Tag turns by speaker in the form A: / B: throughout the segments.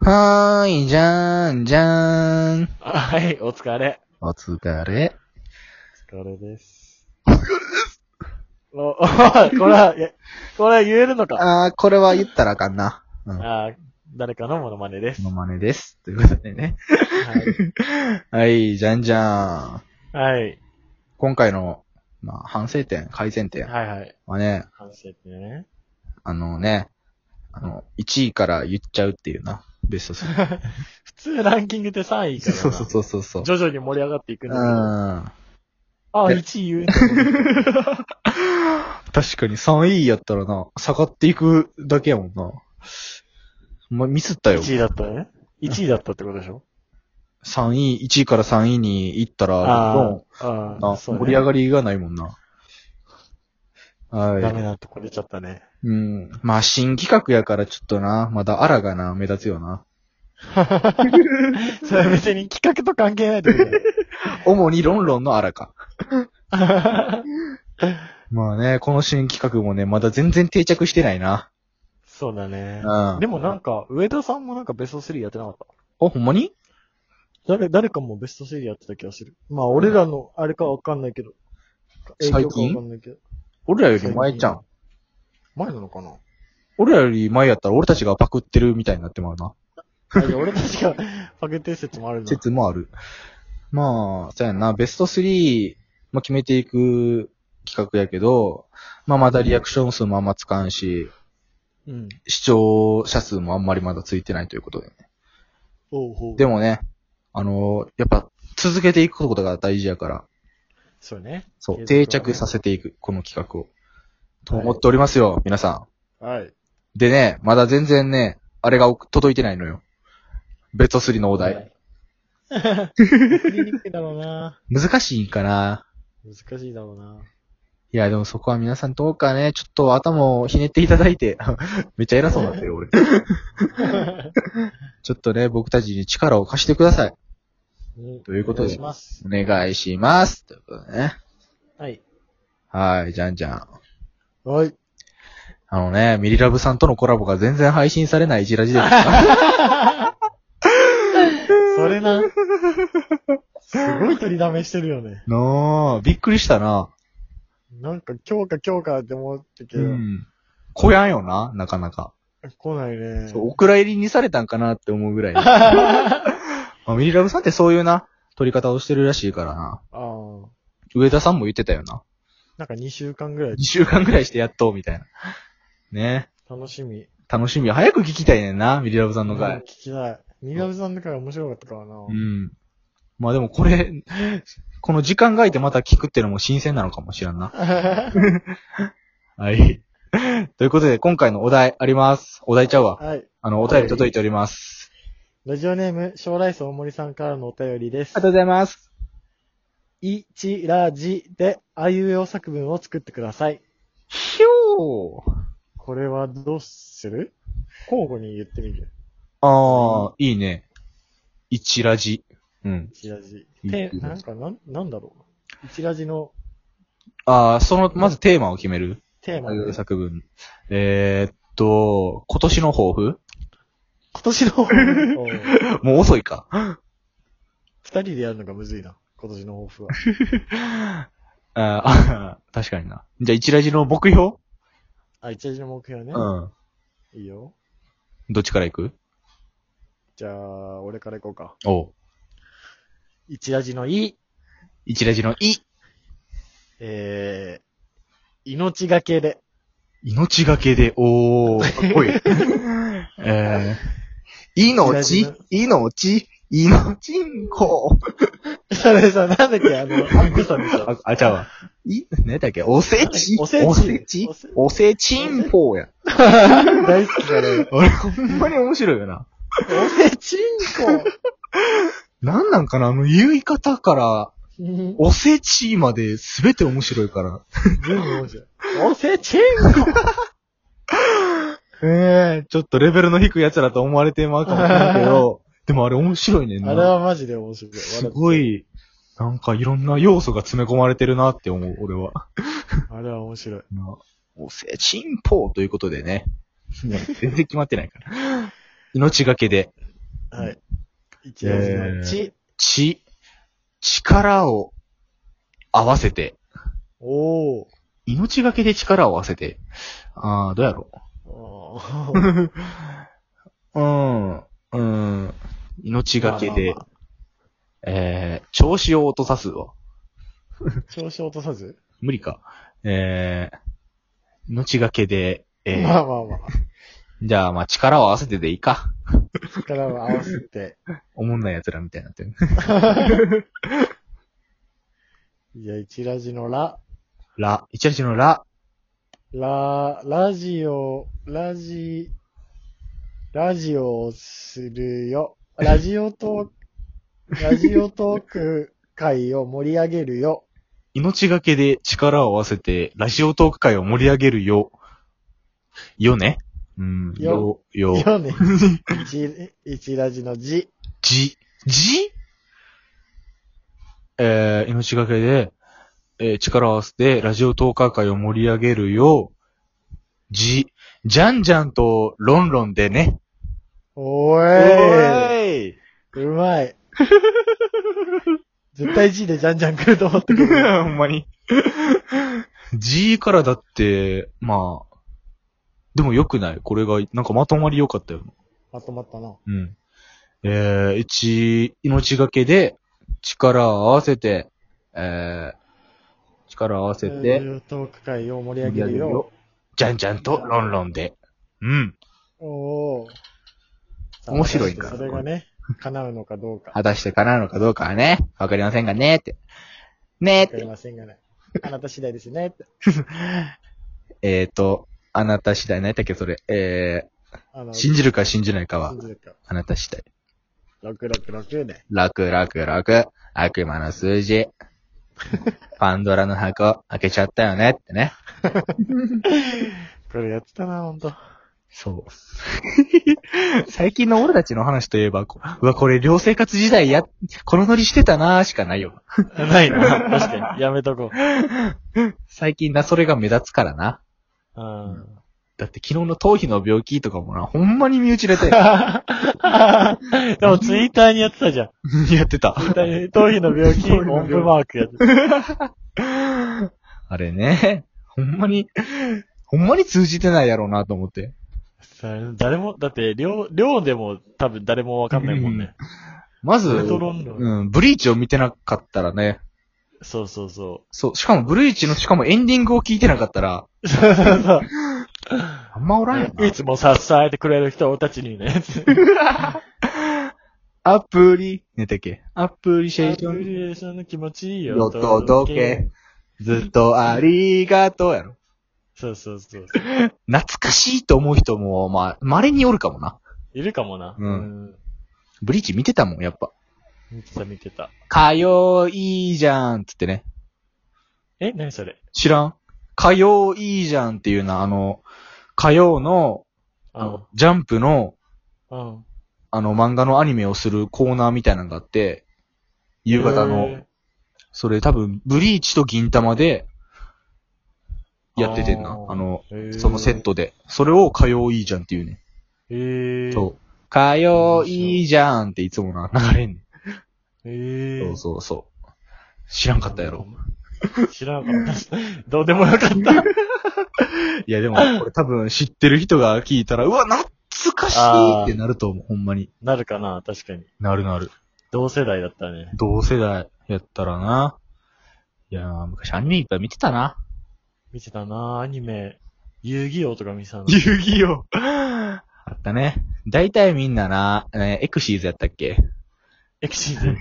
A: はーい、じゃーん、じゃーん。
B: はい、お疲れ。
A: お疲れ。
B: お疲れです。お 疲れです。お、おいこれは、えこれは言えるのか。
A: あー、これは言ったらあかんな。うん。
B: あー誰かのモノマネです。
A: のまねです。ということでね。はい、じゃんじゃーん。
B: はい。はい。
A: 今回の、まあ、反省点、改善点
B: はいはい。
A: はね、
B: 反省ってね。
A: あのね、あの、1位から言っちゃうっていうな。ベスト3。
B: 普通ランキングって3位から な。
A: そうそうそうそうそう。
B: 徐々に盛り上がっていく
A: うん
B: だけど。
A: ん。
B: あ、1位言うんだ。
A: 確かに3位やったらな、下がっていくだけやもんな。ま、ミスったよ。
B: 1位だったね。1位だったってことでしょ
A: 3位、1位から3位に行ったら、どんどん
B: ーあ
A: な
B: ー、そうね
A: 盛り上がりがないもんな。
B: ダメ
A: は
B: なとこ出ちゃったね。
A: い。うん。まあ、新企画やからちょっとな、まだアラがな、目立つよな。
B: それ別に企画と関係ないってことだよ
A: 主にロンロンのアラか。 まあね、この新企画もね、まだ全然定着してないな。
B: そうだね。
A: うん。
B: でもなんか、上田さんもなんかベスト3やってなかった。
A: あ、ほんまに
B: 誰、誰かもベスト3やってた気がする。まあ、俺らの、あれかわかんないけど。
A: 最近
B: 影響かわかんないけど。
A: 俺らより前じゃん。
B: 前なのかな
A: 俺らより前やったら俺たちがパクってるみたいになってまうな。
B: あいや俺たちが パケ定説もあるな。
A: 説もある。まあ、そうやな、ベスト3、まあ、決めていく企画やけど、まあ、まだリアクション数もあんまつかんし、
B: うん。
A: 視聴者数もあんまりまだついてないということでね。
B: ほうほう。
A: で
B: も、
A: もね、あのやっぱ続けていくことが大事やから、
B: そうね。
A: そう、定
B: 継続はね
A: 着させていく、この企画を。と
B: はい
A: 思っておりますよ、皆さ
B: はい。
A: ん。でね、まだ全然ね、あれが送届いてないのよ。ベスト3のお題。。
B: 送りにくいだろうな。
A: 難しいんかな
B: 難しいだろうな。
A: いや、でもそこは皆さんどうかね、ちょっと頭をひねっていただいて、 めっちゃ偉そうになってる、俺。ちょっとね、僕たちに力を貸してください。 ということで
B: お願します
A: お。願いします。ということでね。
B: はい。
A: はい、じゃんじゃん。
B: はい。
A: あのね、ミリラブさんとのコラボが全然配信されないイジ ラジです。
B: それな。すごい取りだめしてるよね。
A: なあ、びっくりしたな。
B: なんか今日か今日かって思ってけ
A: う
B: ど、
A: ん。こやんよな、なかなか。
B: 来ないね。
A: そうお蔵入りにされたんかなって思うぐらい。 まあ、ミリラブさんってそういうな、撮り方をしてるらしいからな。
B: ああ。
A: 上田さんも言ってたよな。
B: なんか2週間ぐらい
A: 2週間ぐらいしてやっと、みたいな。ね
B: 楽しみ。
A: 楽しみ。早く聞きたいねんな、ミリラブさんの
B: うん聞
A: 回。
B: きたい。新上さんの回面白かったからな。
A: うん。まあでもこれ、この時間が空いてまた聞くってのも新鮮なのかもしらんな。はい。 ということで、今回のお題あります。お題ちゃうわ。
B: はい。
A: あの、お便り届いております。
B: ラジオネーム、将来層大森さんからのお便りです。
A: ございます。
B: いちらじで、あいうえお作文を作ってください。
A: ひょー。
B: これはどうする交互に言ってみる。
A: あー、いいね。一ラジ。うん。
B: いちらじ。
A: いい
B: て、
A: いい
B: なんか、なん、なんだろう。いちらじの
A: あー、その、まずテーマを決める。
B: テーマ、ね。
A: 作文。えーっと、今年の抱負
B: 今年のおう
A: もう遅いか。
B: 二人でやるのがむずいな。今年の抱負は。
A: ああ、 確かにな。じゃあ、一ラジの目標
B: あ、いちらじの目標ね。
A: ん。
B: いいよ。
A: どっちから行く
B: じゃあ、俺から行こうか。
A: お
B: 一ラジのい、
A: 一ラジのい。
B: えー、命がけで。
A: 命がけで、おー、かっ こいい。えー、
B: 一
A: 命
B: ラ、
A: 命、命んこ。
B: それさ、なんだっけ、あの、アッコさんでしょ。
A: あ、あ、ちゃうわ。い、何だっけおせち
B: おせち
A: おせち
B: おせ
A: おせちんぽや。
B: 大好きだね。
A: あれ、ほんまに面白いよな。
B: おせちんこ。
A: なんなんかなあの、言い方から、
B: 全
A: おせちまで全て面白いから。
B: 部面白い。おせちんこ。
A: ええちょっとレベルの低い奴らと思われてまうかもしれないけど、 でもあれ面白いねん
B: あれ
A: な。
B: はマジで面白い。
A: すご。い、なんかいろんな要素が詰め込まれてるなって思う、俺は。
B: あれは面白い。
A: なおせちんぽうということでね。全然決まってないから。命がけで、
B: はい。一文字
A: えー
B: のち。
A: ち、力を合わせて、
B: おー。
A: 命がけで力を合わせて、ああ、どうやろ
B: お ー
A: う。うん、うん、命がけで
B: まあま、
A: えー、調子を落とさすわ。
B: あまあ調子落とさず
A: 無理か。えー、命がけで、えー
B: まあまあまあ。
A: じゃあ、まあ、力を合わせてでいいか。
B: 力を合わせ て。
A: 思んない奴らみたいになってる。
B: いや、一ラジのラ。
A: ラ、一日のラ、
B: ラ、ラジオ、ラジ、ラジオをするよ。ラジオトーク、ラジオトーク会を盛り上げるよ。
A: 命がけで力を合わせて、ラジオトーク会を盛り上げるよ。よね。うん、よよ、
B: よ、よね。一、一ラジの字。
A: じ、じえー、命がけで、えー力を合わせて、ラジオトーカー会を盛り上げるよう、じ、じゃんじゃんと、ロンロンでね。
B: お
A: お
B: ーい。
A: ーい
B: う まい。絶対字でじゃんじゃん来ると思ったけ ど。
A: ほんまに。G からだって、まあ、でも良くないこれが、なんかまとまり良かったよ。
B: まとまったな。
A: うん。えー、一、命がけで、力を合わせて、えー、力を合わせ
B: ラ
A: て
B: ジ、オトーク会を盛り上げるよ。
A: じゃんじゃんとロンロンで。うん。
B: おー。
A: 面白いんか
B: それがね、叶うのかどうか。
A: 果たして叶うのかどうかはね、わかりませんがね、って。ね
B: わかりませんがね。あなた次第ですね。
A: えっ、ー、と、あなた次第、何やったっけ、それ。え
B: あの
A: ー、信じるか信じないかは
B: 信、じるか。
A: あなた次第。
B: 666で。
A: 楽、楽、楽。悪魔の数 字。パンドラの箱、開けちゃったよねってね。
B: これやってたな、ほんと。
A: そう。 最近の俺たちの話といえば、こうわ、これ寮生活時代や、このノリしてたなーしかないよ。
B: ないな。確かに。 やめとこう。
A: 最近な、それが目立つからな。
B: うん。
A: だって昨日の頭皮の病気とかもな、ほんまに身内れて
B: でもツイッターにやってたじゃん。
A: やって た。
B: ツイッターに頭皮の病
A: 頭
B: 気、
A: 皮の病
B: 音符マークやってた。
A: あれね、ほんまに、ほんまに通じてないやろうなと思って。
B: さ誰も、だって、量、量でも多分誰もわかんないもんね。
A: まず、
B: ウルトロンロン
A: うん、ブリーチを見てなかったらね、
B: そうそうそ
A: そう、しかもブリーチの、しかもエンディングを聞いてなかったら、
B: う。そうそうそう。
A: あんまおらんよな。
B: いつもさ、伝えてくれる人たちにね。
A: アプリ、ねたっけアプリシ
B: シ
A: ェー
B: ェ
A: ション。
B: ーションの気持ちいいよ。
A: よっとどけ。。ずっとありがとうやろ。
B: そうそうそう。
A: 懐かしいと思う人も、まあ、稀におるかもな。
B: いるかもな。
A: うん
B: ん。
A: ブリーチ見てたもん、やっぱ。
B: 見てた見てた。
A: かよいいじゃん、つってね。
B: え何それ
A: 知らんかよいいじゃんっていうな、あの、かようの、あの、ジャンプの、
B: うん。うん。
A: あの、漫画のアニメをするコーナーみたいなのがあって、夕方の、
B: へ
A: それ多分、ブリーチと銀玉で、やっててんな。
B: あー
A: あの、
B: ー。へー
A: そのセッ。トで。それを、かよいいじゃんっていうね。
B: へぇー。
A: そう。かよいいじゃんっていつもな、流れんねん。
B: う。へ
A: そう
B: ぇ
A: そうそう。知らんかったやろ。。
B: 知らなかった。 どうでもよかった。
A: いやでも、これ多分知ってる人が聞いたら、うわ、懐かしいってなると思う。ほんまに。
B: なるかな確かに。
A: なるなる。
B: 同世代だったね。
A: 同世代やったらな。いやー、昔アニメいっぱい見てたな。
B: 見てたなアニメ。遊戯王とか見てたな。
A: 遊戯王。あったね。大体みんなな、えーエクシーズやったっけ
B: エクシーズ。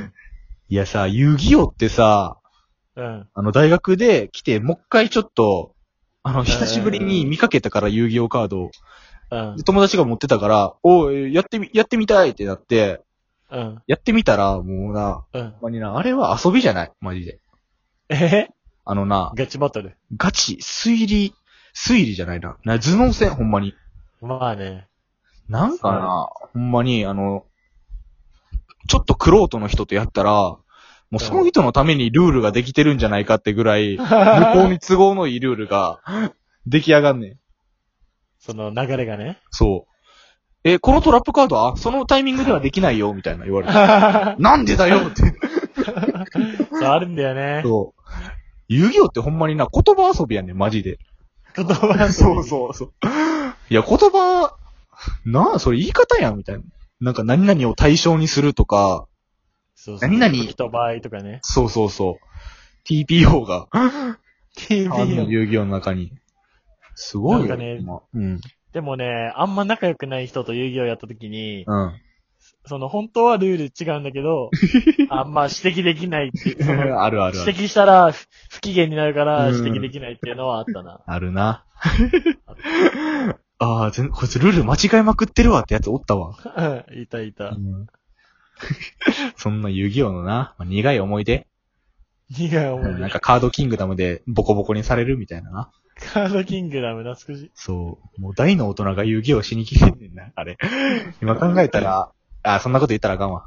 A: いやさ、遊戯王ってさ、
B: うん。うん。
A: あの、大学で来て、もう一回ちょっと、あの、久しぶりに見かけたから、遊戯王カードを。
B: うん
A: で。友達が持ってたから、おうやってみ、やってみたいってなって、
B: うん。
A: やってみたら、もうな、
B: う
A: ほ
B: ん。
A: んまにな、あれは遊びじゃない、マジで。
B: えへ
A: あのな、
B: ガチバトル。
A: ガチ、推理、推理じゃないな。な頭脳戦、ほんまに。
B: まあね。
A: なんかな、ほんまに、あの、ちょっとクロートの人とやったら、もうその人のためにルールができてるんじゃないかってぐらい、向こう に都合のいいルールが出来上がんねん。
B: その流れがね。
A: そう。え、このトラップカードは、そのタイミングではできないよ、みたいな言 われて。
B: あ
A: なんでだよって。
B: るんだよね。
A: そう。遊戯王ってほんまにな、言葉遊びやねん、マジで。
B: 言 葉
A: そうそうそう。いや、言葉、なあ、それ言い方やん、みたいな。なんか何々を対象にするとか、
B: そうそう。
A: 何々
B: 時と場合とかね。
A: そうそうそう。TPO が、あの
B: TV
A: 遊戯王の中に。すごい
B: な
A: よ。
B: んかね
A: 今うん。
B: でもね、あんま仲良くない人と遊戯をやった時に、
A: うん。
B: その本当はルール違うんだけ ど、あんま指摘できないっていう、その
A: あるあるある。
B: 指摘したら不不機嫌になるから
A: うん
B: 指摘できないっていうのはあったな。
A: あるな。 ああ、全こいつルール間違いまくってるわってやつおったわ。
B: いたいた。
A: そんな遊戯王のな、まあ苦い思い出。
B: 苦い思い
A: なん
B: 出。
A: かカードキングダムでボコボコにされるみたいなな。
B: カードキングダム懐かしい。
A: そう。もう大の大人が遊戯王しに来てんねんな、あれ。今考えたら、あ、そんなこと言ったらあかんわ。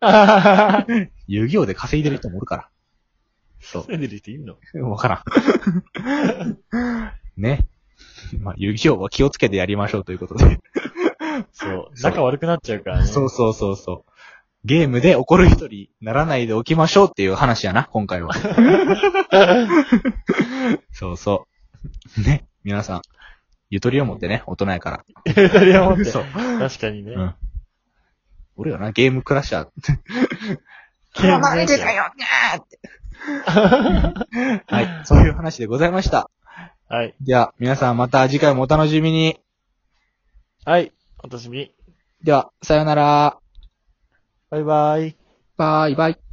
B: あー
A: 遊戯王で稼いでる人もおるから。そ
B: 住んでる人いんの
A: う。わから ん。ね。まあ、遊戯王は気をつけてやりましょうということで。
B: そう。
A: そう
B: 仲悪くなっちゃうからね。
A: そうそうそうそう。ゲームで怒る人にならないでおきましょうっていう話やな、今回 は。そうそう。ね。皆さん、ゆとりを持ってね、大人やから。
B: ゆとりを持って。
A: そう
B: 確かにね。
A: うん俺よな、ゲームクラッシャー。
B: ゲームクラッシャー
A: よはい。そういう話でございました。
B: はい。
A: では、皆さんまた次回もお楽しみに。
B: はい。お楽しみに。
A: では、さようなら。
B: バイバイ。
A: バイバイ。